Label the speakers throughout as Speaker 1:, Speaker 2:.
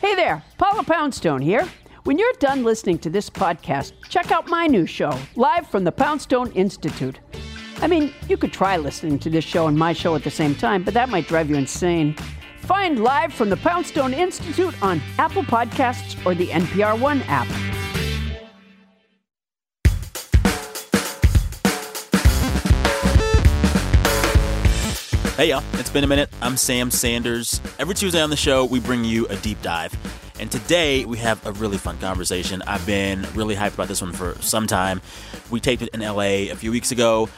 Speaker 1: Hey there, Paula Poundstone here. When you're done listening to this podcast, check out my new show, live from the Poundstone Institute. I mean, you could try listening to this show and my show at the same time, but that might drive you insane. Find Live from the Poundstone Institute on Apple Podcasts or the NPR One app.
Speaker 2: Hey y'all, it's been a minute. I'm Sam Sanders. Every Tuesday on the show, we bring you a deep dive. And today we have a really fun conversation. I've been really hyped about this one for some time. We taped it in LA a few weeks ago.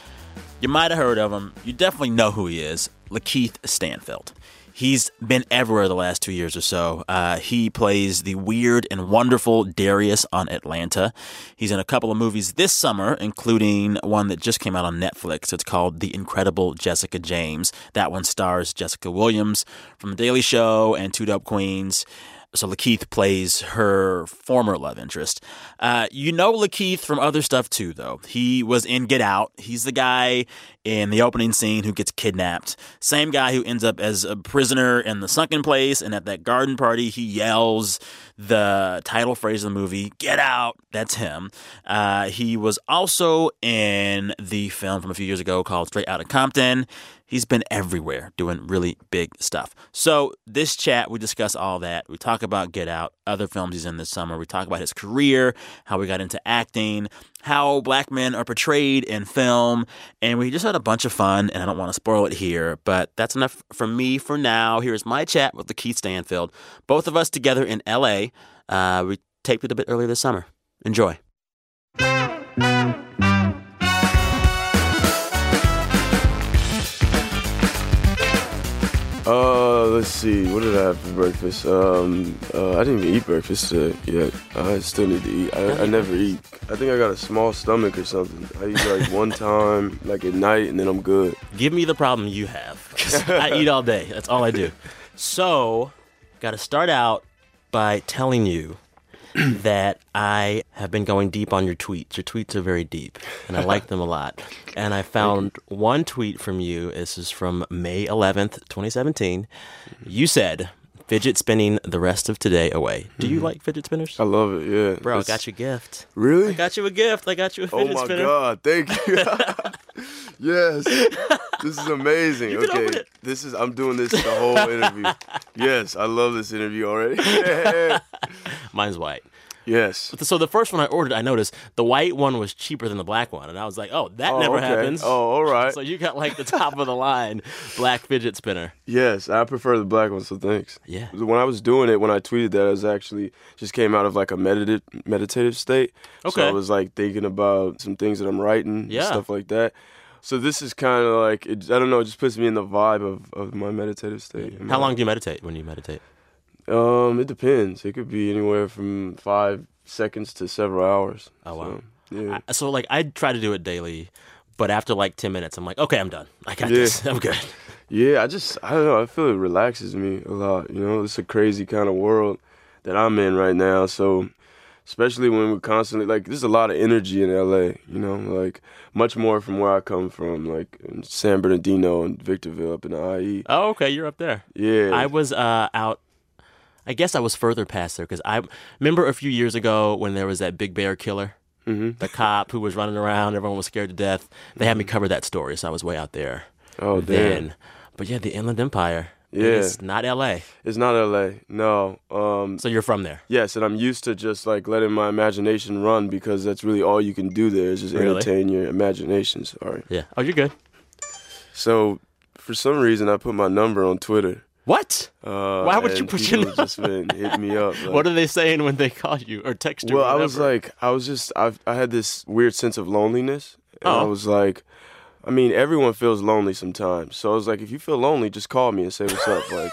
Speaker 2: You might have heard of him. You definitely know who he is Lakeith Stanfield. He's been everywhere the last two years or so. Uh, he plays the weird and wonderful Darius on Atlanta. He's in a couple of movies this summer, including one that just came out on Netflix. It's called The Incredible Jessica James. That one stars Jessica Williams from The Daily Show and Two Dope Queens. So Lakeith plays her former love interest. Uh, you know Lakeith from other stuff too, though. He was in Get Out. He's the guy in the opening scene who gets kidnapped. Same guy who ends up as a prisoner in the sunken place. And at that garden party, he yells the title phrase of the movie, Get Out. That's him. Uh, he was also in the film from a few years ago called Straight Outta Compton. He's been everywhere doing really big stuff. So, this chat, we discuss all that. We talk about Get Out, other films he's in this summer. We talk about his career, how we got into acting, how black men are portrayed in film. And we just had a bunch of fun, and I don't want to spoil it here, but that's enough from me for now. Here is my chat with Keith Stanfield, both of us together in LA. Uh, we taped it a bit earlier this summer. Enjoy.
Speaker 3: Uh, let's see. What did I have for breakfast? Um, uh, I didn't even eat breakfast today yet. I still need to eat. I, I never eat. I think I got a small stomach or something. I eat like one time, like at night, and then I'm good.
Speaker 2: Give me the problem you have. 'cause I eat all day. That's all I do. So, got to start out by telling you that I have been going deep on your tweets. Your tweets are very deep, and I like them a lot. And I found one tweet from you. This is from May 11th, 2017. You said, fidget spinning the rest of today away. Do you like fidget spinners?
Speaker 3: Hmm. I love it. Yeah,
Speaker 2: Bro, I
Speaker 3: It's-
Speaker 2: got you a gift.
Speaker 3: Really?
Speaker 2: I got you a gift. I got you a
Speaker 3: oh
Speaker 2: fidget
Speaker 3: my
Speaker 2: spinner.
Speaker 3: god! Thank you. yes, this is amazing.
Speaker 2: can
Speaker 3: okay,
Speaker 2: open it.
Speaker 3: this is. I'm doing this the whole interview. yes, I love this interview already.
Speaker 2: Mine's white.
Speaker 3: yes.
Speaker 2: So the first one I ordered, I noticed the white one was cheaper than the black one, and I was like, "Oh, that
Speaker 3: Oh,
Speaker 2: never
Speaker 3: okay.
Speaker 2: happens."
Speaker 3: Oh, all right.
Speaker 2: So you got like the top of the line black fidget spinner.
Speaker 3: Yes, I prefer the black one, so thanks.
Speaker 2: Yeah.
Speaker 3: When I was doing it, when I tweeted that, I was actually just came out of like a meditative meditative state.
Speaker 2: Okay.
Speaker 3: So I was like thinking about some things that I'm writing,
Speaker 2: Yeah.
Speaker 3: stuff like that. So this is kind of like it, I don't know, it just puts me in the vibe of, of my meditative state.
Speaker 2: How long do you meditate when you meditate?
Speaker 3: Um, it depends. It could be anywhere from five seconds to several hours.
Speaker 2: Oh, wow.
Speaker 3: So, yeah.
Speaker 2: I- So like I try to do it daily, but after like ten minutes, I'm like, "Okay, I'm done. I got
Speaker 3: Yeah.
Speaker 2: this. I'm good."
Speaker 3: Yeah, I just I don't know. I feel it relaxes me a lot. You know, it's a crazy kind of world that I'm in right now. So, especially when we're constantly like, there's a lot of energy in LA. You know, like much more from where I come from, like in San Bernardino and Victorville up in the IE.
Speaker 2: Oh, okay, you're up there.
Speaker 3: Yeah,
Speaker 2: I was uh, out. I guess I was further past there because I remember a few years ago when there was that big bear killer, mm-hmm. the cop who was running around. Everyone was scared to death. They
Speaker 3: Mm-hmm.
Speaker 2: had me cover that story, so I was way out there.
Speaker 3: oh damn,
Speaker 2: Then, but yeah, the Inland Empire.
Speaker 3: Yeah.
Speaker 2: it's not L.A.
Speaker 3: it's not LA. No, um,
Speaker 2: So you're from there.
Speaker 3: Yes, and I'm used to just like letting my imagination run because that's really all you can do there is just
Speaker 2: Really?
Speaker 3: entertain your imagination. Sorry.
Speaker 2: Yeah. Oh, you're good.
Speaker 3: So, for some reason, I put my number on Twitter.
Speaker 2: What?
Speaker 3: Uh,
Speaker 2: Why would you
Speaker 3: and
Speaker 2: put your
Speaker 3: people have just been hitting me up? like-
Speaker 2: What are they saying when they call you or text you?
Speaker 3: well,
Speaker 2: or
Speaker 3: I was
Speaker 2: whatever?
Speaker 3: like, I was just, I've, I had this weird sense of loneliness, and I
Speaker 2: Oh.
Speaker 3: was like, I mean, everyone feels lonely sometimes. So I was like, if you feel lonely, just call me and say what's up. Like,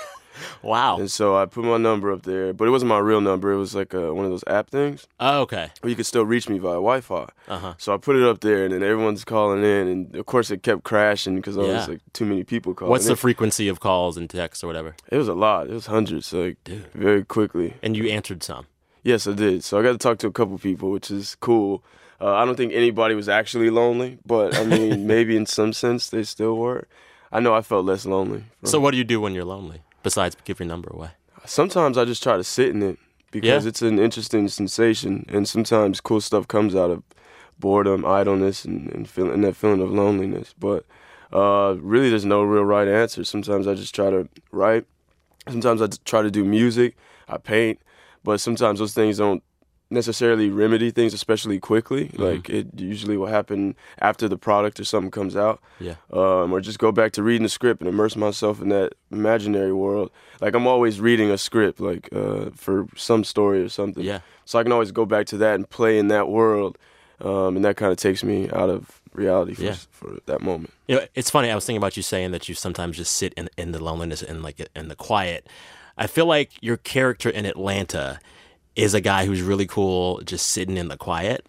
Speaker 2: wow.
Speaker 3: and so I put my number up there, but it wasn't my real number. It was like uh one of those app things.
Speaker 2: Oh, okay.
Speaker 3: Or you could still reach me via Wi-Fi.
Speaker 2: Uh-huh.
Speaker 3: So I put it up there, and then everyone's calling in, and of course it kept crashing because I
Speaker 2: Yeah.
Speaker 3: was like too many people calling.
Speaker 2: What's
Speaker 3: in.
Speaker 2: the frequency of calls and texts or whatever?
Speaker 3: it was a lot. It was hundreds, like very quickly.
Speaker 2: And you answered some.
Speaker 3: Yes, I did. So I got to talk to a couple people, which is cool. Uh, I don't think anybody was actually lonely, but I mean, maybe in some sense they still were. I know I felt less lonely. Uh-huh.
Speaker 2: So what do you do when you're lonely besides give your number away?
Speaker 3: sometimes I just try to sit in it because
Speaker 4: Yeah.
Speaker 3: it's an interesting sensation, and sometimes cool stuff comes out of boredom, idleness, and and, feel, and that feeling of loneliness. But uh, really, there's no real right answer. Sometimes I just try to write. Sometimes I t- try to do music. I paint, but sometimes those things don't necessarily remedy things, especially quickly. Like it usually will happen after the product or something comes out
Speaker 4: Yeah.
Speaker 3: um, or just go back to reading the script and immerse myself in that imaginary world. Like I'm always reading a script, like uh, for some story or something.
Speaker 4: Yeah.
Speaker 3: So I can always go back to that and play in that world, um, and that kind of takes me out of reality for,
Speaker 2: Yeah.
Speaker 3: for that moment.
Speaker 2: You know, it's funny. I was thinking about you saying that you sometimes just sit in, in the loneliness and like in the quiet. I feel like your character in Atlanta is a guy who's really cool, just sitting in the quiet.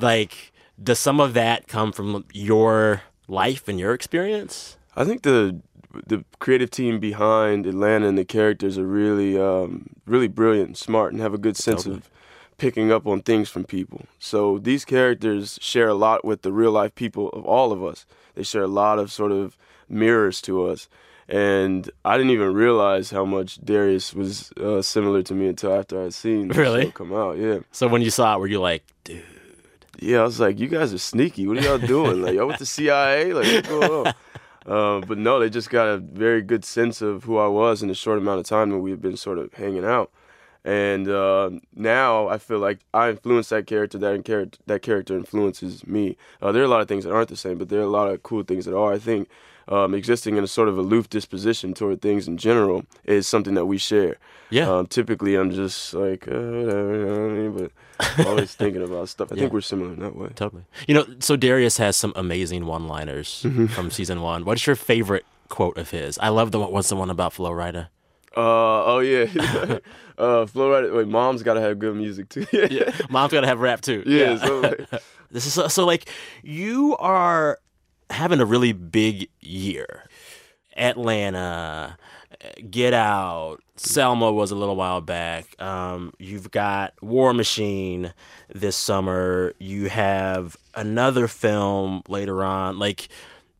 Speaker 2: like, does some of that come from your life and your experience?
Speaker 3: I think the the creative team behind Atlanta and the characters are really um, really brilliant, and smart, and have a good sense
Speaker 2: Totally.
Speaker 3: of picking up on things from people. So these characters share a lot with the real life people of all of us. They share a lot of sort of mirrors to us. And I didn't even realize how much Darius was uh, similar to me until after I'd seen the
Speaker 2: Really?
Speaker 3: show come out. Yeah,
Speaker 2: So when you saw it, were you like, dude?
Speaker 3: yeah. I was like, you guys are sneaky. What are y'all doing? like y'all with the CIA? Like what's going on? Uh, but no, they just got a very good sense of who I was in the short amount of time that we've been sort of hanging out. And uh, now I feel like I influence that character. That character, that character influences me. Uh, there are a lot of things that aren't the same, but there are a lot of cool things that are. I think um, existing in a sort of aloof disposition toward things in general is something that we share.
Speaker 2: Yeah.
Speaker 3: Um, typically, I'm just like, uh, whatever, you know what I mean? but always thinking about stuff. I think we're similar in that way.
Speaker 2: Totally. You know, so Darius has some amazing one-liners
Speaker 3: Mm-hmm.
Speaker 2: from season one. What's your favorite quote of his? I love the one. What's the one about Flo Rida?
Speaker 3: Uh oh yeah. uh Flow Rider wait, mom's gotta have good music too. yeah. Yeah.
Speaker 2: Mom's gotta have rap too.
Speaker 3: so, like,
Speaker 2: This is so, so like you are having a really big year. Atlanta, Get Out, Selma was a little while back. Um, you've got War Machine this summer. You have another film later on. Like,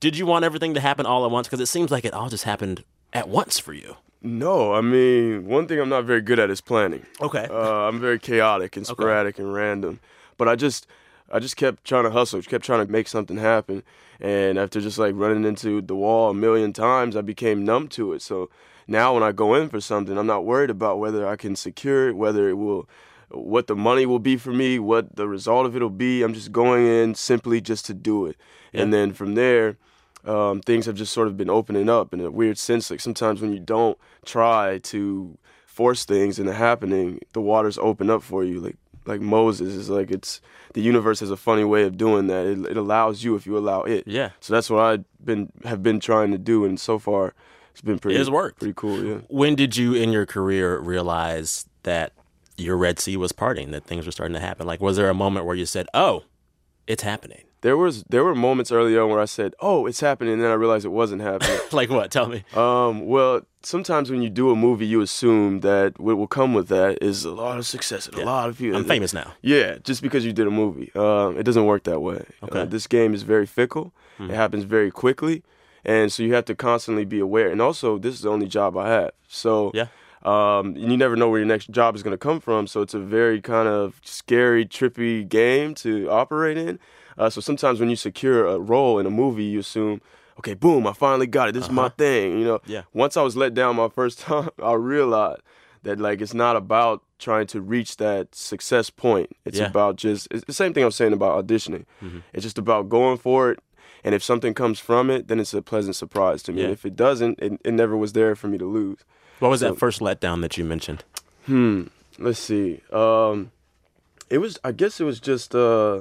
Speaker 2: did you want everything to happen all at once? Because it seems like it all just happened at once for you.
Speaker 3: no, I mean one thing I'm not very good at is planning.
Speaker 2: Okay.
Speaker 3: Uh, I'm very chaotic and sporadic and random. But I just I just kept trying to hustle, kept trying to make something happen. And after just like running into the wall a million times, I became numb to it. So now when I go in for something, I'm not worried about whether I can secure it, whether it will what the money will be for me, what the result of it will be. I'm just going in simply just to do it. And then from there, um, things have just sort of been opening up in a weird sense. Like sometimes when you don't try to force things into happening, the waters open up for you. Like like Moses is like it's the universe has a funny way of doing that. It, it allows you if you allow it.
Speaker 2: Yeah.
Speaker 3: So that's what I've been have been trying to do, and so far it's been pretty.
Speaker 2: It has worked.
Speaker 3: Pretty cool. Yeah.
Speaker 2: When did you in your career realize that your Red Sea was parting, that things were starting to happen? Like, was there a moment where you said, oh, it's happening?
Speaker 3: There was there were moments early on where I said, "Oh, it's happening," and then I realized it wasn't happening.
Speaker 2: Like, what? Tell me.
Speaker 3: Um, well, sometimes when you do a movie, you assume that what will come with that is a lot of success and a lot of people.
Speaker 2: I'm famous now.
Speaker 3: Yeah, just because you did a movie. Um, it doesn't work that way.
Speaker 2: Okay. Mm-hmm.
Speaker 3: Uh, this game is very fickle, it happens very quickly. And so you have to constantly be aware. And also, this is the only job I have. So
Speaker 2: Yeah.
Speaker 3: um, and you never know where your next job is going to come from. So it's a very kind of scary, trippy game to operate in. Uh, so sometimes when you secure a role in a movie, you assume, okay, boom, I finally got it. This is my thing. You know.
Speaker 2: Uh-huh. Yeah.
Speaker 3: Once I was let down my first time, I realized that like it's not about trying to reach that success point. It's
Speaker 2: Yeah. Mm-hmm.
Speaker 3: about just it's the same thing I'm saying about auditioning. It's just about going for it. And if something comes from it, then it's a pleasant surprise to me.
Speaker 2: Yeah.
Speaker 3: And if it doesn't, it, it never was there for me to lose.
Speaker 2: What was that first letdown that you mentioned?
Speaker 3: let's see um it was i guess it was just uh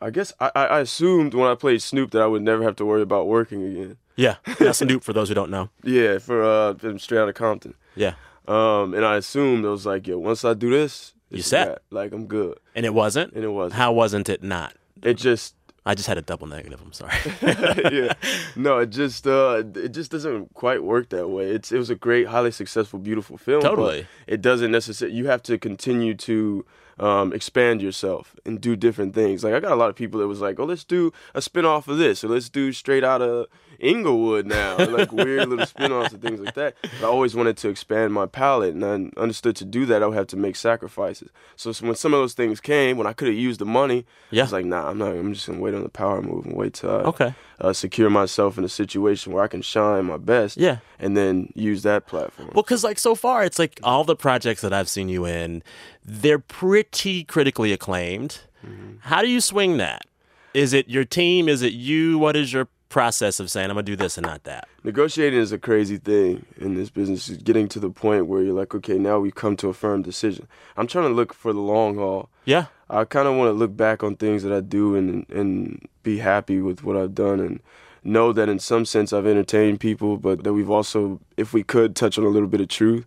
Speaker 3: i guess I, I I assumed when i played snoop that i would never have to worry about working again
Speaker 2: Yeah. That's Snoop, for those who don't know.
Speaker 3: yeah for uh from straight out of compton
Speaker 2: Yeah.
Speaker 3: um and i assumed it was like yeah once i do this
Speaker 2: You
Speaker 3: it's a
Speaker 2: set.
Speaker 3: wrap. like i'm good
Speaker 2: And it wasn't?
Speaker 3: and it was
Speaker 2: How wasn't it not?
Speaker 3: it just
Speaker 2: I just had a double negative. I'm sorry.
Speaker 3: yeah. No, it just uh it just doesn't quite work that way. It's it was a great, highly successful, beautiful film. but
Speaker 2: Totally.
Speaker 3: It doesn't necessarily you have to continue to um, expand yourself and do different things. Like I got a lot of people that was like, "Oh, let's do a spin-off of this," or "Let's do straight out of Inglewood now," or, like weird little spin-offs and things like that. But I always wanted to expand my palette, and I understood to do that I would have to make sacrifices. So s- when some of those things came, when I could have used the money,
Speaker 2: Yeah.
Speaker 3: I was like, "Nah, I'm not. I'm just gonna wait on the power move and wait till I
Speaker 2: Okay.
Speaker 3: uh, secure myself in a situation where I can shine my best,
Speaker 2: Yeah.
Speaker 3: and then use that platform."
Speaker 2: Well, because like so far, it's like all the projects that I've seen you in, they're pretty critically acclaimed. How do you swing that? Is it your team? Is it you? What is your process of saying I'm gonna do this and not that?
Speaker 3: Negotiating is a crazy thing in this business. Is getting to the point where you're like, okay, now we've come to a firm decision. I'm trying to look for the long haul.
Speaker 2: Yeah.
Speaker 3: I kind of want to look back on things that I do and and be happy with what I've done and know that in some sense I've entertained people, but that we've also, if we could, touch on a little bit of truth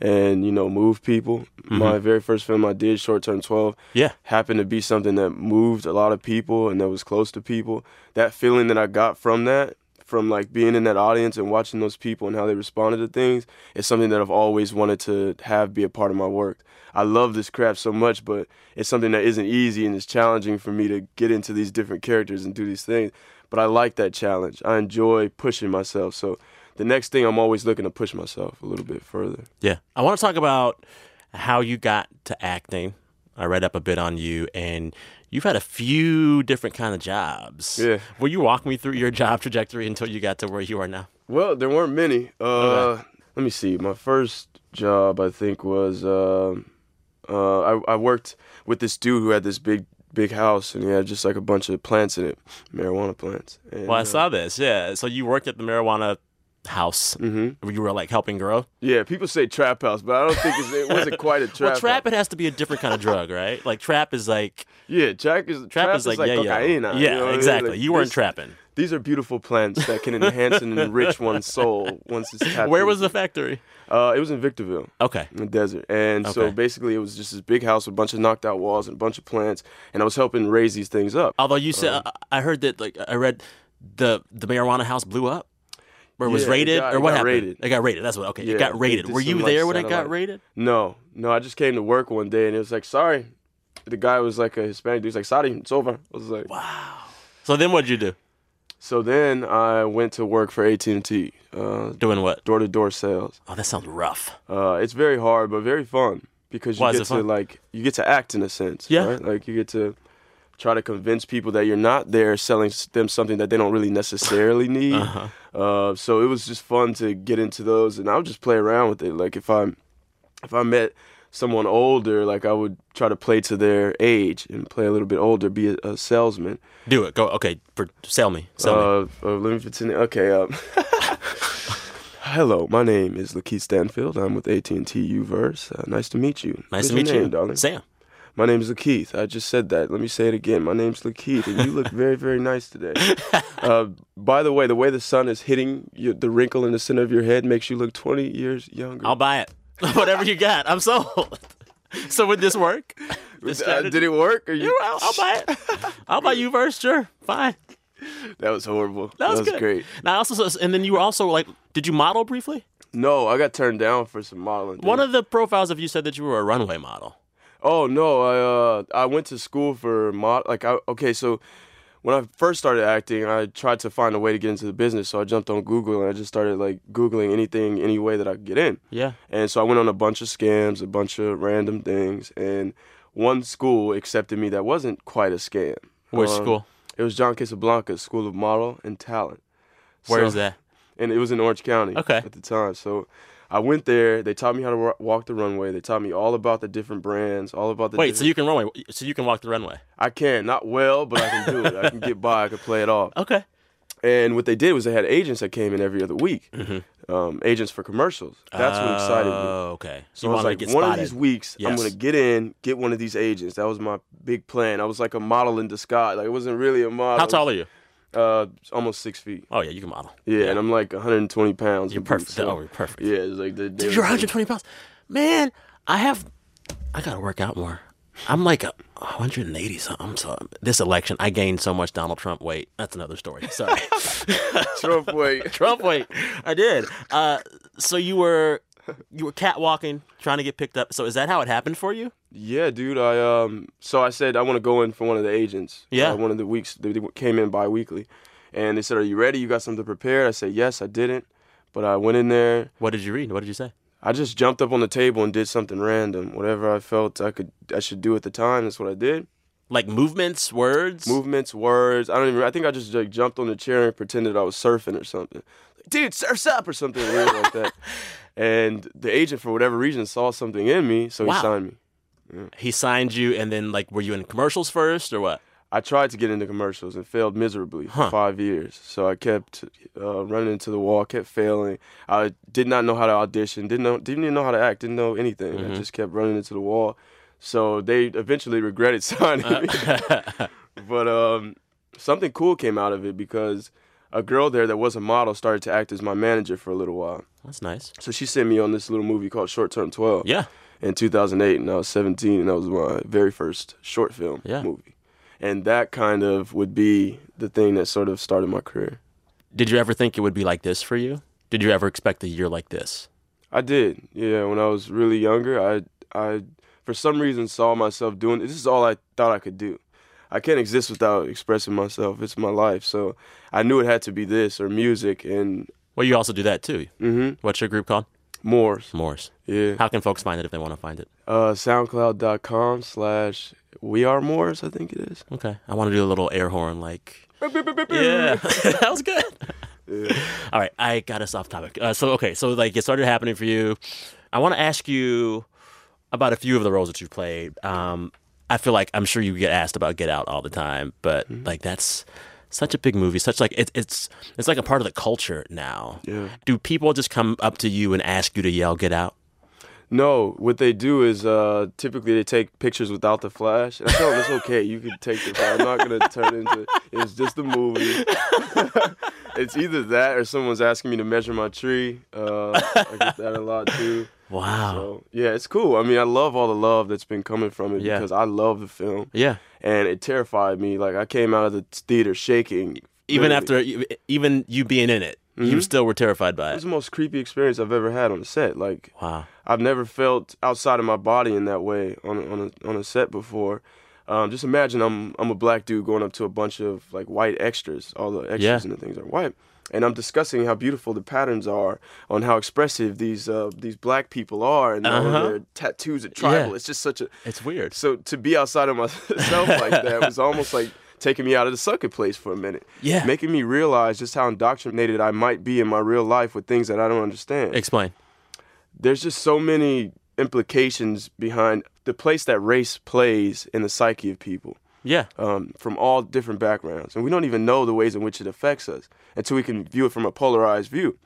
Speaker 3: and you know move people. My very first film I did, Short Term Twelve,
Speaker 2: Yeah.
Speaker 3: happened to be something that moved a lot of people and that was close to people. That feeling that I got from that, from like being in that audience and watching those people and how they responded to things, is something that I've always wanted to have be a part of my work. I love this craft so much, but it's something that isn't easy and it's challenging for me to get into these different characters and do these things. But I like that challenge. I enjoy pushing myself. So the next thing I'm always looking to push myself a little bit further.
Speaker 2: Yeah. I want to talk about how you got to acting. I read up a bit on you and you've had a few different kind of jobs.
Speaker 3: Yeah.
Speaker 2: Will you walk me through your job trajectory until you got to where you are now?
Speaker 3: Well, there weren't many. Uh, Let me see. My first job, I think, was um uh, I, I worked with this dude who had this big big house and he had just like a bunch of plants in it, marijuana plants. And,
Speaker 2: Well, I
Speaker 3: uh,
Speaker 2: saw this. Yeah. So you worked at the marijuana house.
Speaker 3: Mhm.
Speaker 2: where You were like helping grow.
Speaker 3: yeah, people say trap house, but I don't think it's, it wasn't quite a trap.
Speaker 2: well, trap
Speaker 3: house.
Speaker 2: it has to be a different kind of drug, right? Like trap is like
Speaker 3: Yeah, trap is trap,
Speaker 2: trap, is like, yeah, yeah,
Speaker 3: cocaine. uh,
Speaker 2: yeah,
Speaker 3: you know what I mean?
Speaker 2: exactly.
Speaker 3: Like,
Speaker 2: you weren't
Speaker 3: this-
Speaker 2: trapping.
Speaker 3: These are beautiful plants that can enhance and enrich one's soul once it's tapped.
Speaker 2: Where was the
Speaker 3: into.
Speaker 2: factory?
Speaker 3: Uh, it was in Victorville.
Speaker 2: Okay,
Speaker 3: in the desert. And so
Speaker 2: Okay.
Speaker 3: basically, it was just this big house with a bunch of knocked out walls and a bunch of plants. And I was helping raise these things up.
Speaker 2: although you
Speaker 3: Uh,
Speaker 2: said I I heard that like I read the the marijuana house blew up or was
Speaker 3: Yeah, it
Speaker 2: raided
Speaker 3: got-
Speaker 2: or
Speaker 3: it
Speaker 2: what
Speaker 3: got
Speaker 2: happened?
Speaker 3: raided.
Speaker 2: It got raided. That's what. Okay,
Speaker 3: Yeah,
Speaker 2: it got raided.
Speaker 3: they did
Speaker 2: Were you
Speaker 3: some, like,
Speaker 2: there when it got
Speaker 3: satellite.
Speaker 2: raided?
Speaker 3: No, no, I just came to work one day and it was like, sorry. The guy was like a Hispanic dude. He's like, sorry, it's over. I was like,
Speaker 2: So then what'd you do?
Speaker 3: so then I went to work for AT&T, uh,
Speaker 2: Doing what?
Speaker 3: door-to-door sales.
Speaker 2: Oh, that sounds rough.
Speaker 3: Uh, it's very hard, but very fun because you
Speaker 2: Why is
Speaker 3: get
Speaker 2: it
Speaker 3: to
Speaker 2: fun?
Speaker 3: like you get to act in a sense.
Speaker 2: Yeah.
Speaker 3: right? like you get to try to convince people that you're not there selling s- them something that they don't really necessarily need.
Speaker 2: Uh-huh.
Speaker 3: uh so it was just fun to get into those, and I would just play around with it. Like if I if I met someone older, like I would try to play to their age and play a little bit older, be a, a salesman.
Speaker 2: Do it. Go. Okay, per, sell me. Sell me.
Speaker 3: Uh, uh, let me pretend. Okay. Um, hello, my name is Lakeith Stanfield. I'm with AT and T UVerse. Uh, nice to meet you.
Speaker 2: Nice
Speaker 3: What's
Speaker 2: to meet
Speaker 3: your name,
Speaker 2: you,
Speaker 3: darling.
Speaker 2: Sam.
Speaker 3: my name is Lakeith. I just said that. Let me say it again. My name's Lakeith, and you look very, very nice today. Uh, by the way, the way the sun is hitting you, the wrinkle in the center of your head makes you look 20 years younger.
Speaker 2: I'll buy it. Whatever you got, I'm sold. so would this work? This
Speaker 3: Uh,
Speaker 2: strategy-
Speaker 3: did it work? Or you-
Speaker 2: You- I'll, I'll buy it. I'll buy you first. Sure, fine.
Speaker 3: That was horrible.
Speaker 2: That was, good.
Speaker 3: great.
Speaker 2: Now, I also, and then you were also like, did you model briefly?
Speaker 3: No, I got turned down for some modeling.
Speaker 2: One
Speaker 3: things.
Speaker 2: of the profiles of you said that you were a runway model.
Speaker 3: Oh no, I uh, I went to school for mod. Like I okay, so when I first started acting, I tried to find a way to get into the business. So I jumped on Google and I just started like googling anything, any way that I could get in.
Speaker 2: Yeah.
Speaker 3: And so I went on a bunch of scams, a bunch of random things, and one school accepted me that wasn't quite a scam.
Speaker 2: Which
Speaker 3: Um,
Speaker 2: school?
Speaker 3: It was John Casablanca's School of Model and Talent.
Speaker 2: Where
Speaker 3: So-
Speaker 2: is that?
Speaker 3: and it was in Orange County
Speaker 2: Okay.
Speaker 3: at the time. So I went there. They taught me how to wa- walk the runway. They taught me all about the different brands, all about the
Speaker 2: Wait,
Speaker 3: different-
Speaker 2: so you can runway, so you can walk the runway.
Speaker 3: I can, not well, but I can do it. I can get by. I can play it off.
Speaker 2: Okay.
Speaker 3: And what they did was they had agents that came in every other week, um, agents for commercials. That's what excited me.
Speaker 2: Mm-hmm. Oh, okay.
Speaker 3: So
Speaker 2: you
Speaker 3: I was
Speaker 2: wanted
Speaker 3: like,
Speaker 2: to get
Speaker 3: one
Speaker 2: spotted.
Speaker 3: of these weeks, I'm
Speaker 2: Yes.
Speaker 3: gonna get in, get one of these agents. That was my big plan. I was like a model in disguise. Like it wasn't really a model.
Speaker 2: How tall are you?
Speaker 3: Uh, almost six feet.
Speaker 2: Oh yeah, you can model.
Speaker 3: Yeah, and I'm like 120 pounds.
Speaker 2: You're
Speaker 3: in
Speaker 2: perfect.
Speaker 3: boots, so-
Speaker 2: Oh, you're perfect.
Speaker 3: Yeah, it's like the,
Speaker 2: Dude, you're 120 pounds. Man, I have. I gotta work out more. I'm like a 180 something. I'm So this election, I gained so much Donald Trump weight. That's another story. Sorry,
Speaker 3: Trump weight.
Speaker 2: Trump weight. I did. Uh, so you were you were catwalking, trying to get picked up. So is that how it happened for you?
Speaker 3: Yeah, dude. I um. So I said I want to go in for one of the agents.
Speaker 2: Yeah.
Speaker 3: Uh, one of the weeks they they came in bi-weekly, and they said, "Are you ready? You got something prepared?" I said, "Yes." I didn't, but I went in there.
Speaker 2: What did you read? What did you say?
Speaker 3: I just jumped up on the table and did something random. Whatever I felt I could, I should do at the time. That's what I did.
Speaker 2: Like movements, words.
Speaker 3: Movements, words. I don't even. I think I just like jumped on the chair and pretended I was surfing or something. Like, Dude, surfs up or something weird like that. And the agent, for whatever reason, saw something in me, so
Speaker 2: Wow.
Speaker 3: he signed me.
Speaker 2: He signed you, and then like, were you in commercials first or what?
Speaker 3: I tried to get into commercials and failed miserably for five years. So I kept uh, running into the wall, kept failing. I did not know how to audition, didn't know, didn't even know how to act, didn't know anything. I just kept running into the wall. So they eventually regretted signing me. but um, something cool came out of it because a girl there that was a model started to act as my manager for a little while.
Speaker 2: That's nice.
Speaker 3: So she sent me on this little movie called Short Term 12
Speaker 2: Yeah.
Speaker 3: in 2008 and I was 17 and that was my very first short film
Speaker 2: Yeah.
Speaker 3: movie. And that kind of would be the thing that sort of started my career.
Speaker 2: Did you ever think it would be like this for you? Did you ever expect a year like this?
Speaker 3: I did. Yeah, when I was really younger, I I for some reason saw myself doing this is all I thought I could do. I can't exist without expressing myself. It's my life. So I knew it had to be this or music and
Speaker 2: Well, you also do that too.
Speaker 3: Mhm.
Speaker 2: What's your group called?
Speaker 3: more.
Speaker 2: Morse.
Speaker 3: Yeah.
Speaker 2: How can folks find it if they want to find it?
Speaker 3: Uh, SoundCloud.com slash We Are Moors, I think it is.
Speaker 2: Okay. I want to do a little air horn like. yeah. that was good. All right. I got us off topic. Uh, so, okay. So, like, it started happening for you. I want to ask you about a few of the roles that you've played. Um, I feel like I'm sure you get asked about Get Out all the time, but
Speaker 3: Mm-hmm.
Speaker 2: like, that's such a big movie such like it, it's it's like a part of the culture now
Speaker 3: Yeah.
Speaker 2: do people just come up to you and ask you to yell get out
Speaker 3: No, what they do is uh, typically they take pictures without the flash. And I tell them it's okay, you can take the flash. I'm not gonna turn into it's just a movie. it's either that or someone's asking me to measure my tree. Uh, I get that a lot too.
Speaker 2: wow
Speaker 3: So yeah, it's cool. I mean, I love all the love that's been coming from it
Speaker 2: Yeah.
Speaker 3: because I love the film
Speaker 2: yeah
Speaker 3: and it terrified me. Like I came out of the theater shaking.
Speaker 2: even
Speaker 3: literally. Mm-hmm.
Speaker 2: after you- even you being in it, you still were terrified by
Speaker 3: it was
Speaker 2: it.
Speaker 3: the most creepy experience I've ever had on the set. Like
Speaker 2: Wow.
Speaker 3: I've never felt outside of my body in that way on a, on a, on a set before. Um, just imagine I'm I'm a black dude going up to a bunch of like white extras. All the extras
Speaker 2: Yeah.
Speaker 3: and the things are white, and I'm discussing how beautiful the patterns are, on how expressive these uh, these black people are, and all
Speaker 2: Uh-huh.
Speaker 3: of their tattoos are tribal. It's just such a
Speaker 2: It's weird.
Speaker 3: so to be outside of myself like that was almost like taking me out of the sucker place for a minute.
Speaker 2: Yeah.
Speaker 3: making me realize just how indoctrinated I might be in my real life with things that I don't understand
Speaker 2: Explain.
Speaker 3: there's just so many implications behind the place that race plays in the psyche of people
Speaker 2: Yeah.
Speaker 3: um, from all different backgrounds. And we don't even know the ways in which it affects us until we can view it from a polarized view.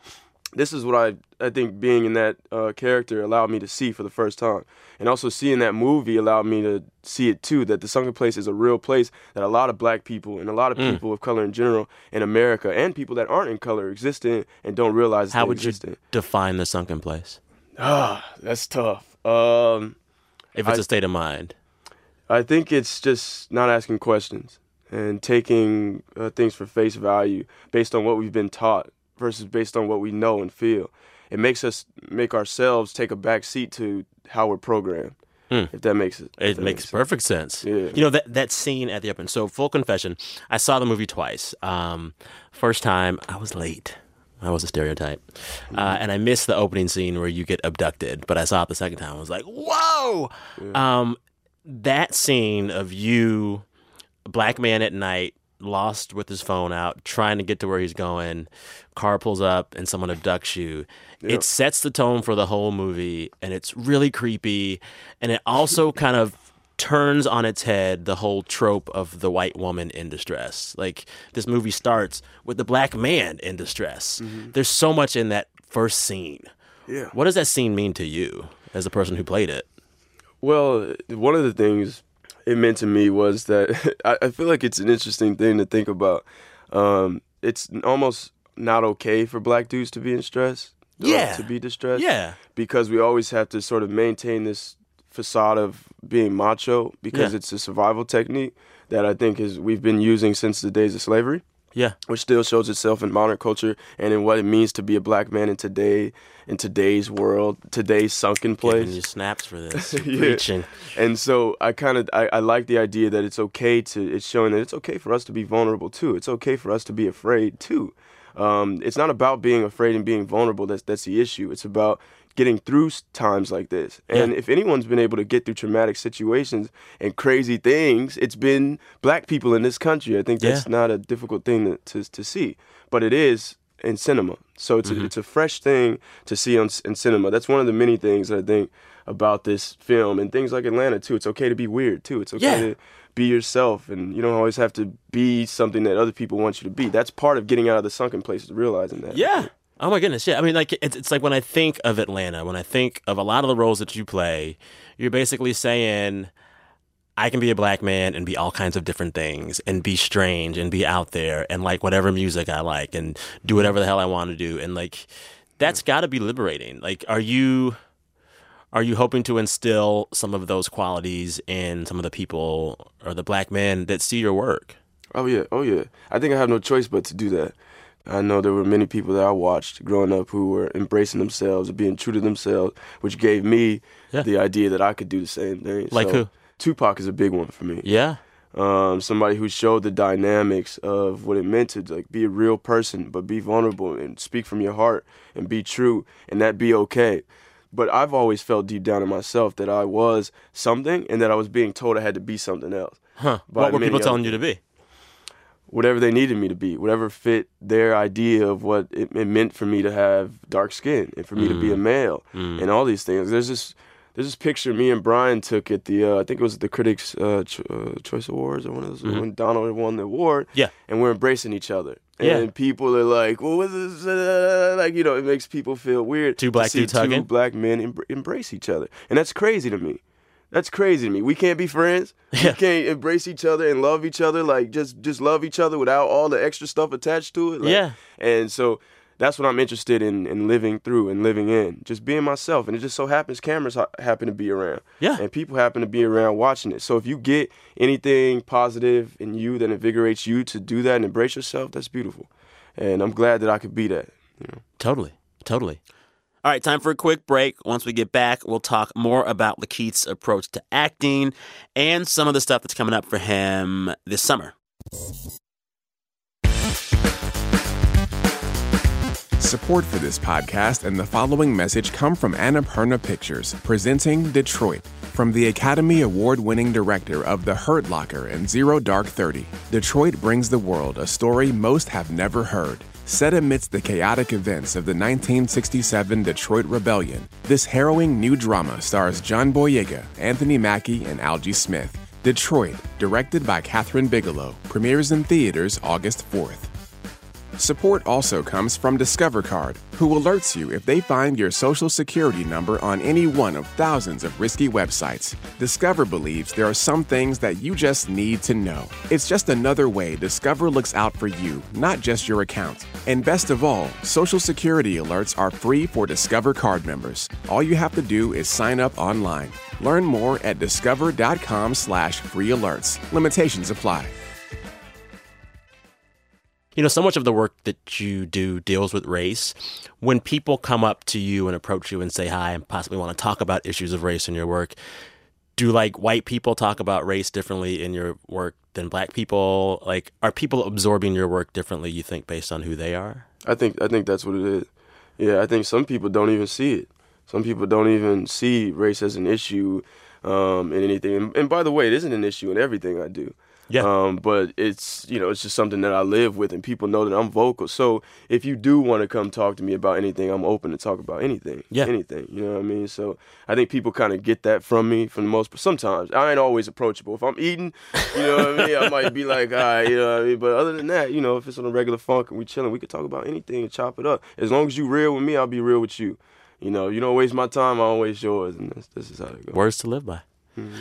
Speaker 3: This is what I, I think being in that uh, character allowed me to see for the first time. And also seeing that movie allowed me to see it too that the sunken place is a real place that a lot of black people and a lot of
Speaker 2: Mm.
Speaker 3: people of color in general in America and people that aren't in color exist in and don't realize
Speaker 2: How
Speaker 3: they
Speaker 2: would you
Speaker 3: exist in.
Speaker 2: define the sunken place?
Speaker 3: Ah, that's tough. Um,
Speaker 2: If it's
Speaker 3: I-
Speaker 2: a state of mind.
Speaker 3: I think it's just not asking questions and taking uh, things for face value based on what we've been taught versus based on what we know and feel. It makes us make ourselves take a back seat to how we're programmed. If that makes it. if
Speaker 2: It
Speaker 3: that
Speaker 2: makes
Speaker 3: sense.
Speaker 2: perfect sense.
Speaker 3: Yeah.
Speaker 2: You know that that scene at the open. So full confession, I saw the movie twice. Um, first time I was late. I was a stereotype, uh,
Speaker 3: Mm-hmm.
Speaker 2: and I missed the opening scene where you get abducted. But I saw it the second time. I was like, "Whoa!" Um, that scene of you, black man at night, lost with his phone out, trying to get to where he's going. Car pulls up, and someone abducts you. It sets the tone for the whole movie, and it's really creepy, and it also kind of turns on its head the whole trope of the white woman in distress. Like this movie starts with the black man in distress. There's so much in that first scene.
Speaker 3: Yeah.
Speaker 2: What does that scene mean to you as the person who played it?
Speaker 3: Well, one of the things it meant to me was that I, I feel like it's an interesting thing to think about. Um, it's almost not okay for black dudes to be in stress. or
Speaker 2: Yeah.
Speaker 3: To be distressed.
Speaker 2: Yeah.
Speaker 3: because we always have to sort of maintain this facade of being macho because
Speaker 2: Yeah.
Speaker 3: it's a survival technique that I think is we've been using since the days of slavery.
Speaker 4: Yeah.
Speaker 3: which still shows itself in modern culture and in what it means to be a black man in today in today's world, today's sunken
Speaker 2: Giving
Speaker 3: place.
Speaker 2: you snaps for this. You're
Speaker 3: Yeah.
Speaker 2: Preaching.
Speaker 3: And so I kind of I, I like the idea that it's okay to it's showing that it's okay for us to be vulnerable too. It's okay for us to be afraid too. Um, it's not about being afraid and being vulnerable. That's that's the issue. It's about getting through s- times like this. And if anyone's been able to get through traumatic situations and crazy things, it's been black people in this country. I think that's
Speaker 4: Yeah.
Speaker 3: not a difficult thing to, to, to see, but it is in cinema. So it's a, it's a fresh thing to see on, s- in cinema. That's one of the many things that I think about this film and things like Atlanta too. It's okay to be weird too. It's okay
Speaker 2: Yeah.
Speaker 3: to be yourself, and you don't always have to be something that other people want you to be. That's part of getting out of the sunken place is realizing that.
Speaker 2: Yeah. Oh my goodness. Yeah. I mean, like it's, it's like when I think of Atlanta, when I think of a lot of the roles that you play, you're basically saying, I can be a black man and be all kinds of different things and be strange and be out there and like whatever music I like and do whatever the hell I want to do and like
Speaker 3: Mm.
Speaker 2: that's got to be liberating. Like, are you? Are you hoping to instill some of those qualities in some of the people or the black men that see your work?
Speaker 3: Oh yeah, oh yeah. I think I have no choice but to do that. I know there were many people that I watched growing up who were embracing themselves and being true to themselves, which gave me
Speaker 2: Yeah.
Speaker 3: the idea that I could do the same thing.
Speaker 2: Like
Speaker 3: So,
Speaker 2: who?
Speaker 3: Tupac is a big one for me.
Speaker 2: Yeah.
Speaker 3: Um, somebody who showed the dynamics of what it meant to like be a real person, but be vulnerable and speak from your heart and be true, and that be okay. But I've always felt deep down in myself that I was something, and that I was being told I had to be something else.
Speaker 2: Huh.
Speaker 3: By
Speaker 2: What were
Speaker 3: many
Speaker 2: people
Speaker 3: other
Speaker 2: telling you to be?
Speaker 3: whatever they needed me to be, whatever fit their idea of what it, it meant for me to have dark skin and for me to be a
Speaker 2: Mm.
Speaker 3: male and all these things. There's this there's this picture me and Brian took at the uh, I think it was at the Critics uh, Cho- uh, Choice Awards or one of those when Donald won the award.
Speaker 2: Mm-hmm. Yeah.
Speaker 3: and we're embracing each other.
Speaker 2: Yeah.
Speaker 3: And people are like, well, what's this? Uh, Like, you know, it makes people feel weird.
Speaker 2: Two black
Speaker 3: to see
Speaker 2: dudes
Speaker 3: two
Speaker 2: hugging?
Speaker 3: black men em- embrace each other. And that's crazy to me. That's crazy to me. We can't be friends. We can't embrace each other and love each other. Like just just love each other without all the extra stuff attached to it. Like,
Speaker 2: Yeah.
Speaker 3: And so that's what I'm interested in in living through and living in. Just being myself. And it just so happens cameras ha- happen to be around.
Speaker 2: Yeah.
Speaker 3: And people happen to be around watching it. So if you get anything positive in you that invigorates you to do that and embrace yourself, that's beautiful. And I'm glad that I could be that.
Speaker 2: Totally. Totally.
Speaker 4: All right, time for a quick break. Once we get back, we'll talk more about Lakeith's approach to acting and some of the stuff that's coming up for him this summer.
Speaker 5: Support for this podcast and the following message come from Annapurna Pictures, presenting Detroit. From the Academy Award winning director of The Hurt Locker and Zero Dark 30, Detroit brings the world a story most have never heard. Set amidst the chaotic events of the 1967 Detroit Rebellion, this harrowing new drama stars John Boyega, Anthony Mackie, and Algie Smith. Detroit, directed by Catherine Bigelow, premieres in theaters August 4th. Support also comes from Discover Card, who alerts you if they find your social security number on any one of thousands of risky websites. Discover believes there are some things that you just need to know. It's just another way Discover looks out for you, not just your account. And best of all, social security alerts are free for Discover Card members. All you have to do is sign up online. Learn more at discover.com slash free alerts. Limitations apply.
Speaker 2: You know, so much of the work that you do deals with race. When people come up to you and approach you and say hi and possibly want to talk about issues of race in your work, do like white people talk about race differently in your work than black people? Like, are people absorbing your work differently, you think, based on who they are?
Speaker 3: I think I think that's what it is. Yeah, I think some people don't even see it. Some people don't even see race as an issue um, in anything. And, and by the way, it isn't an issue in everything I do.
Speaker 2: Yeah.
Speaker 3: Um, but it's you know it's just something that I live with, and people know that I'm vocal. So if you do want to come talk to me about anything, I'm open to talk about anything.
Speaker 2: Yeah.
Speaker 3: Anything. You know what I mean? So I think people kind of get that from me for the most. part. Sometimes I ain't always approachable. If I'm eating, you know what I mean, I might be like, all right, you know what I mean. But other than that, you know, if it's on a regular funk and we chilling, we could talk about anything and chop it up. As long as you real with me, I'll be real with you. You know, you don't waste my time, I don't waste yours, and this, this is how it goes.
Speaker 2: Words to live by.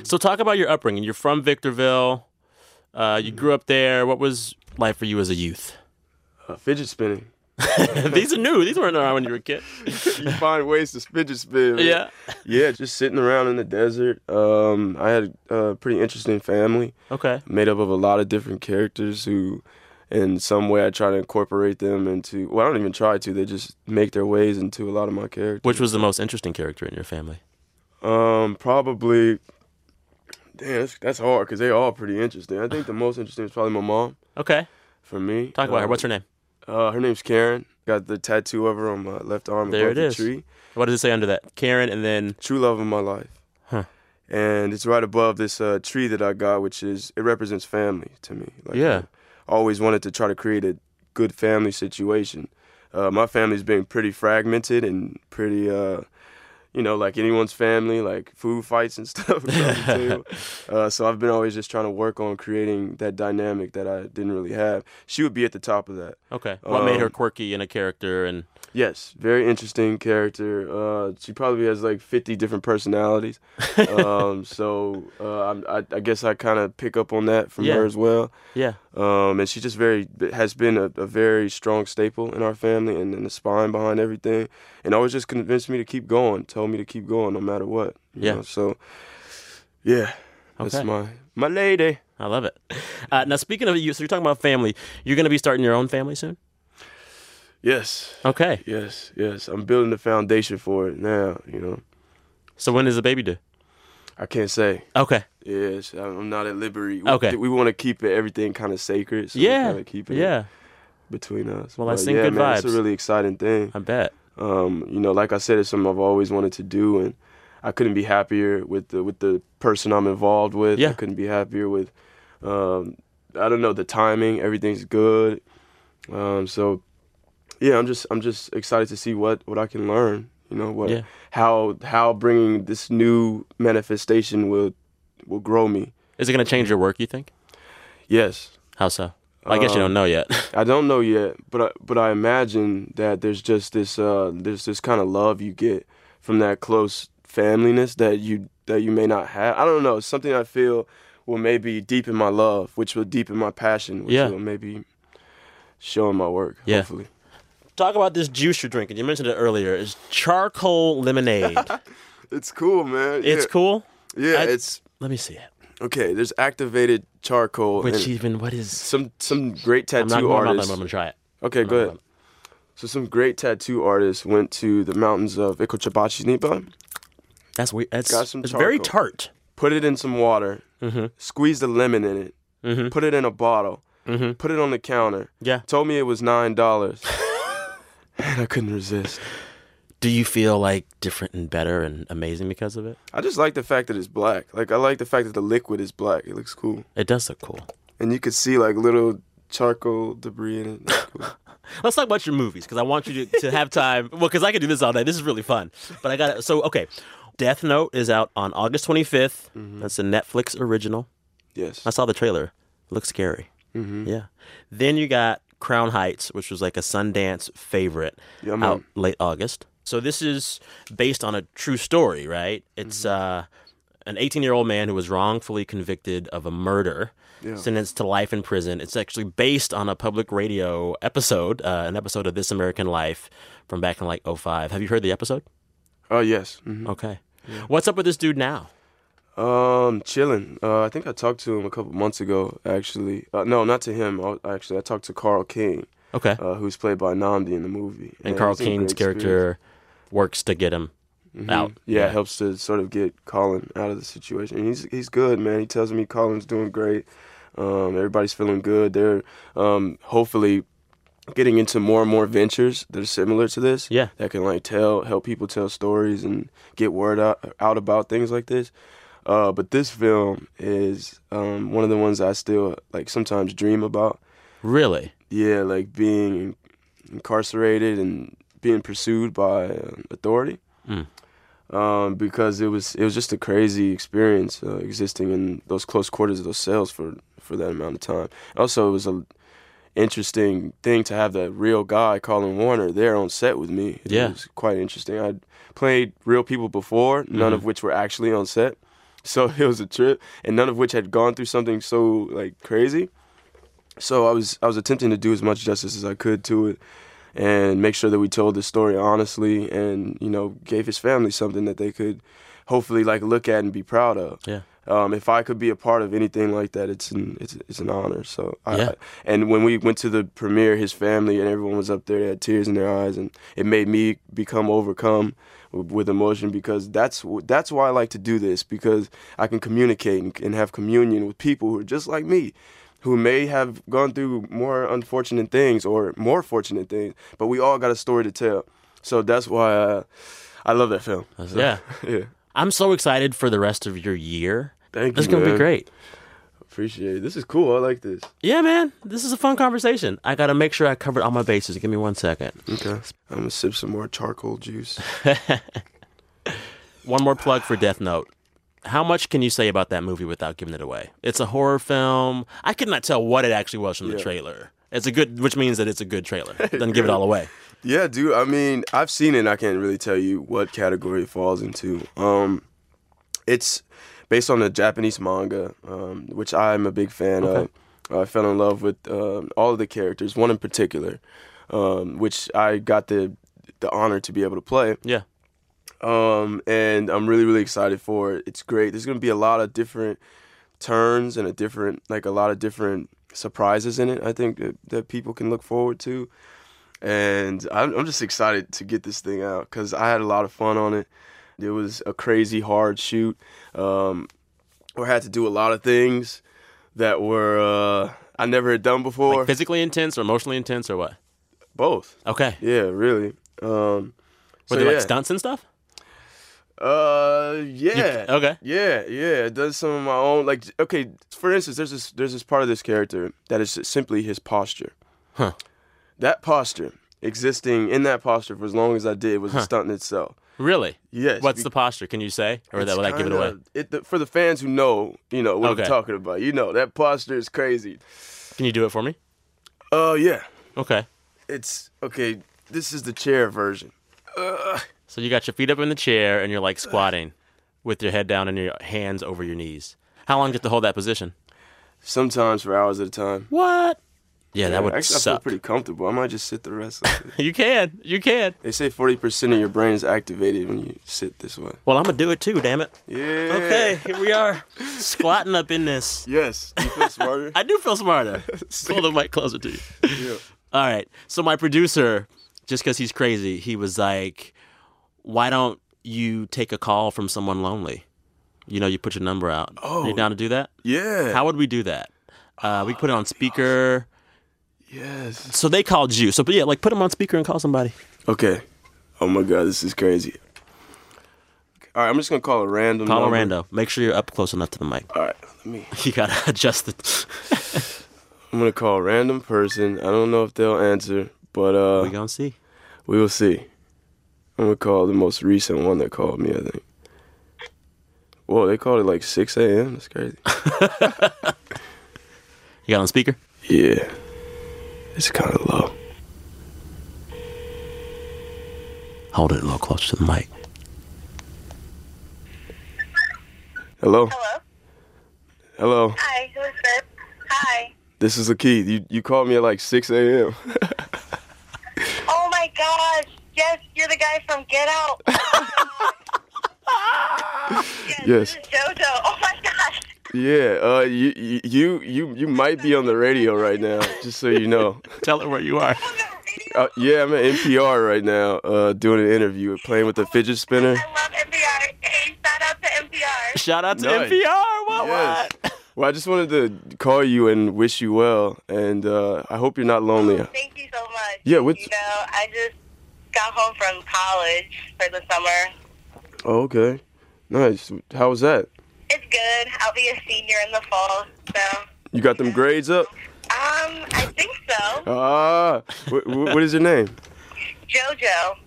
Speaker 2: So, talk about your upbringing. You're from Victorville, uh, you grew up there. What was life for you as a youth?
Speaker 3: Uh, fidget spinning.
Speaker 2: These are new. These weren't around when you were a kid.
Speaker 3: you find ways to fidget spin. man.
Speaker 2: Yeah.
Speaker 3: Yeah, just sitting around in the desert. Um, I had a pretty interesting family
Speaker 2: Okay.
Speaker 3: made up of a lot of different characters who in some way I try to incorporate them into well, I don't even try to, they just make their ways into a lot of my characters.
Speaker 2: Which was the most interesting character in your family?
Speaker 3: Um, probably damn, that's, that's hard because they all pretty interesting. I think the most interesting is probably my mom
Speaker 2: Okay.
Speaker 3: for me.
Speaker 2: Talk about her. What's her name?
Speaker 3: Uh, her name's Karen. Got the tattoo of her on my left arm
Speaker 2: There
Speaker 3: above
Speaker 2: it
Speaker 3: the
Speaker 2: is.
Speaker 3: tree.
Speaker 2: What does it say under that? Karen and then
Speaker 3: True love of my life.
Speaker 2: Huh.
Speaker 3: And it's right above this uh, tree that I got, which is it represents family to me. Like,
Speaker 2: Yeah.
Speaker 3: I always wanted to try to create a good family situation. Uh, my family's been pretty fragmented and pretty, uh, you know, like anyone's family, like food fights and stuff. around the table. uh, so I've been always just trying to work on creating that dynamic that I didn't really have. She would be at the top of that.
Speaker 2: Okay. What made her
Speaker 3: Um,
Speaker 2: quirky in a character and
Speaker 3: Yes, very interesting character. Uh, she probably has like 50 different personalities. um, so uh, I'm- I, I guess I kind of pick up on that from
Speaker 2: Yeah.
Speaker 3: her as well.
Speaker 2: Yeah.
Speaker 3: Um, and she just very has been a, a very strong staple in our family and, and the spine behind everything, and always just convinced me to keep going, told me to keep going no matter what. you
Speaker 2: Yeah.
Speaker 3: know? So, yeah,
Speaker 2: Okay.
Speaker 3: that's my my lady.
Speaker 2: I love it. Uh, now speaking of you, so you're talking about family. You're going to be starting your own family soon.
Speaker 3: Yes,
Speaker 2: Okay.
Speaker 3: yes, yes. I'm building the foundation for it now. You know,
Speaker 2: So when is the baby due?
Speaker 3: I can't say.
Speaker 2: Okay.
Speaker 3: Yes, I'm not at liberty. We-
Speaker 2: Okay.
Speaker 3: we, want to keep it, everything kind of sacred. So
Speaker 2: yeah.
Speaker 3: we kind of keep it
Speaker 2: yeah.
Speaker 3: between us.
Speaker 2: Well, I
Speaker 3: But
Speaker 2: sing
Speaker 3: yeah,
Speaker 2: good
Speaker 3: man, It's
Speaker 2: vibes.
Speaker 3: a really exciting thing.
Speaker 2: I bet.
Speaker 3: Um, you know, like I said, it's something I've always wanted to do, and I couldn't be happier with the with the person I'm involved with.
Speaker 2: Yeah.
Speaker 3: I couldn't be happier with. Um, I don't know the timing. Everything's good. Um, so, yeah, I'm just I'm just excited to see what what I can learn. You know what
Speaker 2: Yeah.
Speaker 3: how how bringing this new manifestation will will grow me.
Speaker 2: Is it going to change your work? You think?
Speaker 3: Yes,
Speaker 2: How so? Well, I guess
Speaker 3: Um,
Speaker 2: you don't know yet.
Speaker 3: I don't know yet, but I, but I imagine that there's just this uh, there's this kind of love you get from that close familyness that you that you may not have. I don't know. It's something I feel will maybe deepen my love, which will deepen my passion, which
Speaker 2: Yeah.
Speaker 3: will maybe show in my work.
Speaker 2: Yeah.
Speaker 3: Hopefully,
Speaker 2: Talk about this juice you're drinking. You mentioned it earlier. It's charcoal lemonade.
Speaker 3: it's cool, man.
Speaker 2: It's cool.
Speaker 3: Yeah,
Speaker 2: I-
Speaker 3: it's
Speaker 2: Let me see it.
Speaker 3: okay. There's activated charcoal.
Speaker 2: Which
Speaker 3: and
Speaker 2: even what is?
Speaker 3: some some great
Speaker 2: I'm not
Speaker 3: tattoo
Speaker 2: going about that.
Speaker 3: artists.
Speaker 2: but I'm going to try it.
Speaker 3: Okay, go ahead. So some great tattoo artists went to the mountains of Ikochabachi Nipa.
Speaker 2: That's weird. That's
Speaker 3: Got some
Speaker 2: it's very
Speaker 3: charcoal.
Speaker 2: tart.
Speaker 3: put it in some water,
Speaker 2: Mm-hmm.
Speaker 3: squeeze the lemon in it, put it in a bottle, put it on the counter.
Speaker 2: Mm-hmm. Yeah.
Speaker 3: Told me it was nine dollars, and I couldn't resist.
Speaker 2: Do you feel like different and better and amazing because of it?
Speaker 3: I just like the fact that it's black. Like I like the fact that the liquid is black. It looks cool,
Speaker 2: It does look cool.
Speaker 3: and you could see like little charcoal debris in it. That's cool.
Speaker 2: Let's talk about your movies because I want you to, to have time. Well, because I could do this all day. This is really fun. But I got to So okay, Death Note is out on August 25th.
Speaker 3: Mm-hmm.
Speaker 2: That's a Netflix original.
Speaker 3: yes.
Speaker 2: I saw the trailer. Looks scary.
Speaker 3: Mm-hmm.
Speaker 2: Yeah. Then you got Crown Heights, which was like a Sundance favorite
Speaker 3: Yeah, man.
Speaker 2: out late August. So this is based on a true story, right? It's
Speaker 3: Mm-hmm.
Speaker 2: uh, an 18 year old man who was wrongfully convicted of a murder, sentenced to life in prison. It's actually based on a public radio episode, uh, an episode of This American Life from back in like 05. Have you heard the episode?
Speaker 3: Oh yes. hmm
Speaker 2: Okay. What's up with this dude now?
Speaker 3: Um, chilling. Uh, I think I talked to him a couple months ago. Actually, uh, no, not to him. I, actually, I talked to Carl King,
Speaker 2: Okay.
Speaker 3: uh, who's played by Namdi in the movie.
Speaker 2: and
Speaker 3: Yeah,
Speaker 2: Carl
Speaker 3: he's in
Speaker 2: King's
Speaker 3: great Mm-hmm. spirits.
Speaker 2: character works to get him out.
Speaker 3: Yeah, it helps to sort of get Colin out of the situation. And he's he's good, man. He tells me Colin's doing great. Um, everybody's feeling good. They're um, hopefully getting into more and more ventures that are similar to this.
Speaker 2: Yeah.
Speaker 3: that can like tell help people tell stories and get word out, out about things like this. Uh, but this film is um, one of the ones I still like sometimes dream about.
Speaker 2: Really?
Speaker 3: Yeah, like being incarcerated and being pursued by uh, authority um, because it was it was just a crazy experience uh, existing in those close quarters of those cells for for that amount of time. Also, it was a interesting thing to have that real guy, Colin Warner, there on set with me. It
Speaker 2: Yeah.
Speaker 3: was quite interesting. I'd played real people before, none of which were actually on set, so it was a trip, and none of which had gone through something so like crazy. So I was I was attempting to do as much justice as I could to it and make sure that we told the story honestly and you know gave his family something that they could hopefully like look at and be proud of
Speaker 2: Yeah.
Speaker 3: um, if I could be a part of anything like that, it's an it's, it's an honor. So I,
Speaker 4: Yeah.
Speaker 3: I- and when we went to the premiere, his family and everyone was up there, they had tears in their eyes, and it made me become overcome with, with emotion because that's wh- that's why I like to do this because I can communicate and, and have communion with people who are just like me. Who may have gone through more unfortunate things or more fortunate things, but we all got a story to tell. So that's why uh, I love that film. So,
Speaker 2: Yeah.
Speaker 3: yeah.
Speaker 2: I'm so excited for the rest of your year.
Speaker 3: Thank
Speaker 2: This is
Speaker 3: you.
Speaker 2: going to be
Speaker 3: man.
Speaker 2: great.
Speaker 3: Appreciate it. This is cool. I like this.
Speaker 2: Yeah, man. This is a fun conversation. I got to make sure I covered all my bases. Give me one second.
Speaker 3: Okay. I'm gonna sip some more charcoal juice.
Speaker 2: One more plug for Death Note. How much can you say about that movie without giving it away? It's a horror film. I could not tell what it actually was from the
Speaker 3: Yeah.
Speaker 2: trailer. It's a good, which means that it's a good trailer. Doesn't give it all away.
Speaker 3: yeah, dude. I mean, I've seen it. and I can't really tell you what category it falls into. Um, it's based on a Japanese manga, um, which I'm a big fan of. Uh, I fell in love with um, all of the characters, one in particular, um, which I got the the honor to be able to play.
Speaker 2: Yeah.
Speaker 3: um, and I'm really really excited for it. It's great. There's gonna be a lot of different turns and a different like a lot of different surprises in it. I think that, that people can look forward to, and I'm, I'm just excited to get this thing out because I had a lot of fun on it. It was a crazy hard shoot. Um, we had to do a lot of things that were uh, I never had done before.
Speaker 2: Like physically intense or emotionally intense or what?
Speaker 3: Both,
Speaker 2: Okay.
Speaker 3: yeah, really. Um,
Speaker 2: Were
Speaker 3: so,
Speaker 2: they like
Speaker 3: yeah.
Speaker 2: stunts and stuff?
Speaker 3: Uh, yeah.
Speaker 2: okay.
Speaker 3: Yeah, yeah. It does some of my own. Like, okay, for instance, there's this there's this part of this character that is simply his posture.
Speaker 2: Huh.
Speaker 3: That posture, existing in that posture for as long as I did, was a stunt in itself.
Speaker 2: Really?
Speaker 3: Yes.
Speaker 2: What's
Speaker 3: be-
Speaker 2: the posture? Can you say? Or that,
Speaker 3: it's
Speaker 2: will that give it
Speaker 3: kinda-
Speaker 2: away?
Speaker 3: It, the, for the fans who know, you know what
Speaker 2: Okay.
Speaker 3: I'm talking about. You know that posture is crazy.
Speaker 2: Can you do it for me?
Speaker 3: Oh yeah,
Speaker 2: Okay.
Speaker 3: it's okay. This is the chair version.
Speaker 2: So you got your feet up in the chair and you're like squatting with your head down and your hands over your knees. How long do you have to hold that position?
Speaker 3: Sometimes for hours at a time.
Speaker 2: What? Yeah, that would
Speaker 3: Actually, I feel
Speaker 2: suck.
Speaker 3: pretty comfortable. I might just sit the rest of it.
Speaker 2: You can. You can.
Speaker 3: They say 40% of your brain is activated when you sit this way.
Speaker 2: Well, I'm going to do it too, damn it.
Speaker 3: Yeah.
Speaker 2: Okay, here we are. Squatting up in this.
Speaker 3: Yes. You feel smarter?
Speaker 2: I do feel smarter. Pull the mic closer to you. All right. So my producer, just because he's crazy, he was like, "Why don't you take a call from someone lonely? You know, you put your number out. Oh, you down to do that?
Speaker 3: yeah.
Speaker 2: How would we do that? Uh, we put it on speaker.
Speaker 3: yes.
Speaker 2: So they called you. So but yeah, like put them on speaker and call somebody.
Speaker 3: Okay. Oh my God, this is crazy. All right, I'm just going to call a random
Speaker 2: Call a
Speaker 3: number.
Speaker 2: rando. Make sure you're up close enough to the mic.
Speaker 3: All right, let me.
Speaker 2: You gotta adjust the.
Speaker 3: I'm going to call a random person. I don't know if they'll answer, but
Speaker 2: we
Speaker 3: uh,
Speaker 2: gonna see.
Speaker 3: we will see. I'm going to call the most recent one that called me, I think. Whoa, they called it like 6 a.m.? That's crazy.
Speaker 2: You got on speaker.
Speaker 3: yeah. It's kind of low.
Speaker 2: Hold it a little closer to the mic.
Speaker 3: Hello?
Speaker 6: Hello.
Speaker 3: Hello.
Speaker 6: Hi. Who's this? Hi.
Speaker 3: This is Lakeith. You, you called me at like 6 a.m.
Speaker 6: Oh my gosh. Yes, you're the guy from Get Out. yes,
Speaker 3: Yes.
Speaker 6: This is JoJo. Oh my gosh.
Speaker 3: Yeah, uh, you you- you you you might be on the radio right now, just so you know.
Speaker 2: Tell her where you are.
Speaker 6: On the radio.
Speaker 3: Uh, yeah, I'm at NPR right now, uh, doing an interview, playing with the fidget spinner.
Speaker 6: I love NPR. Hey, shout out to NPR.
Speaker 2: Shout out to
Speaker 3: Nice.
Speaker 2: NPR. What?
Speaker 3: Yes.
Speaker 2: what?
Speaker 3: Well, I just wanted to call you and wish you well, and uh, I hope you're not lonely.
Speaker 6: Thank you so much.
Speaker 3: Yeah, what's-
Speaker 6: You know, I just got home from college for the summer.
Speaker 3: Oh, okay, nice. How was that?
Speaker 6: It's good. I'll be a senior in the fall, so.
Speaker 3: You got them grades up?
Speaker 6: Um, I think so.
Speaker 3: Ah, wh- wh- what is your name?
Speaker 6: JoJo.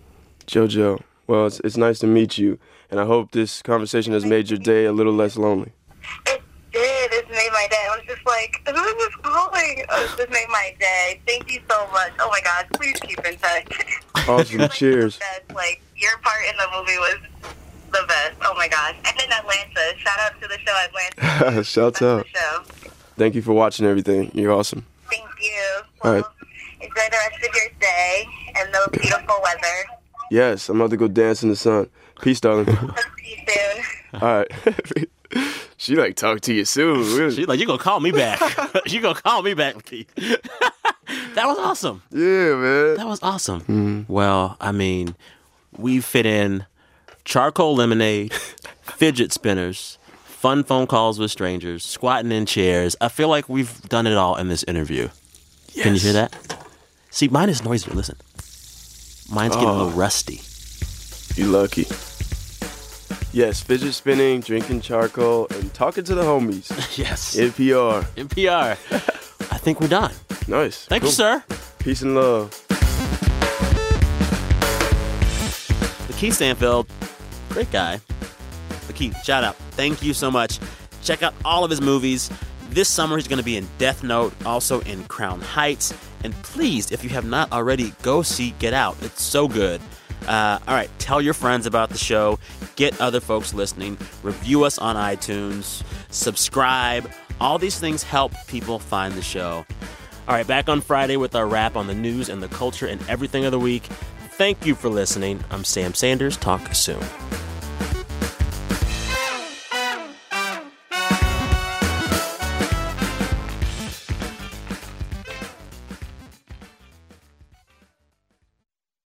Speaker 3: JoJo. Well, it's it's nice to meet you, and I hope this conversation has made your day a little less lonely.
Speaker 6: It did. It made my day. I was just like, who is this calling? Oh, this made my day. Thank you so much. Oh my God, please keep in touch.
Speaker 3: Awesome. Cheers.
Speaker 6: That's like your part in the movie was the best. Oh my gosh. And in Atlanta. Shout out to the show Atlanta.
Speaker 3: Shout out.
Speaker 6: That's the show.
Speaker 3: Thank you for watching everything. You're awesome.
Speaker 6: Thank you.
Speaker 3: All
Speaker 6: Well,
Speaker 3: right.
Speaker 6: enjoy the rest of your day and the beautiful weather.
Speaker 3: Yes, I'm about to go dance in the sun. Peace, darling.
Speaker 6: Talk to you soon.
Speaker 3: All right. She like talk to you soon. really.
Speaker 2: She's like, you gonna call me back. you gonna call me back, Keith. that was awesome.
Speaker 3: yeah, man. Mm-hmm.
Speaker 2: That was awesome. Well, I mean, we fit in charcoal lemonade, fidget spinners, fun phone calls with strangers, squatting in chairs. I feel like we've done it all in this interview. Can you hear that? See, mine is noisier. Listen, mine's getting a little
Speaker 3: Oh.
Speaker 2: rusty.
Speaker 3: You lucky. Yes, fidget spinning, drinking charcoal, and talking to the homies.
Speaker 2: Yes.
Speaker 3: NPR.
Speaker 2: NPR. I think we're done.
Speaker 3: Nice.
Speaker 2: Thank you,
Speaker 3: Cool.
Speaker 2: sir.
Speaker 3: Peace and love.
Speaker 2: The Keith Stanfield, great guy. The Keith, shout out. Thank you so much. Check out all of his movies. This summer, he's going to be in Death Note, also in Crown Heights. And please, if you have not already, go see Get Out. It's so good. Uh, all right, tell your friends about the show. Get other folks listening. Review us on iTunes. Subscribe. All these things help people find the show. All right, back on Friday with our wrap on the news and the culture and everything of the week. Thank you for listening. I'm Sam Sanders. Talk soon.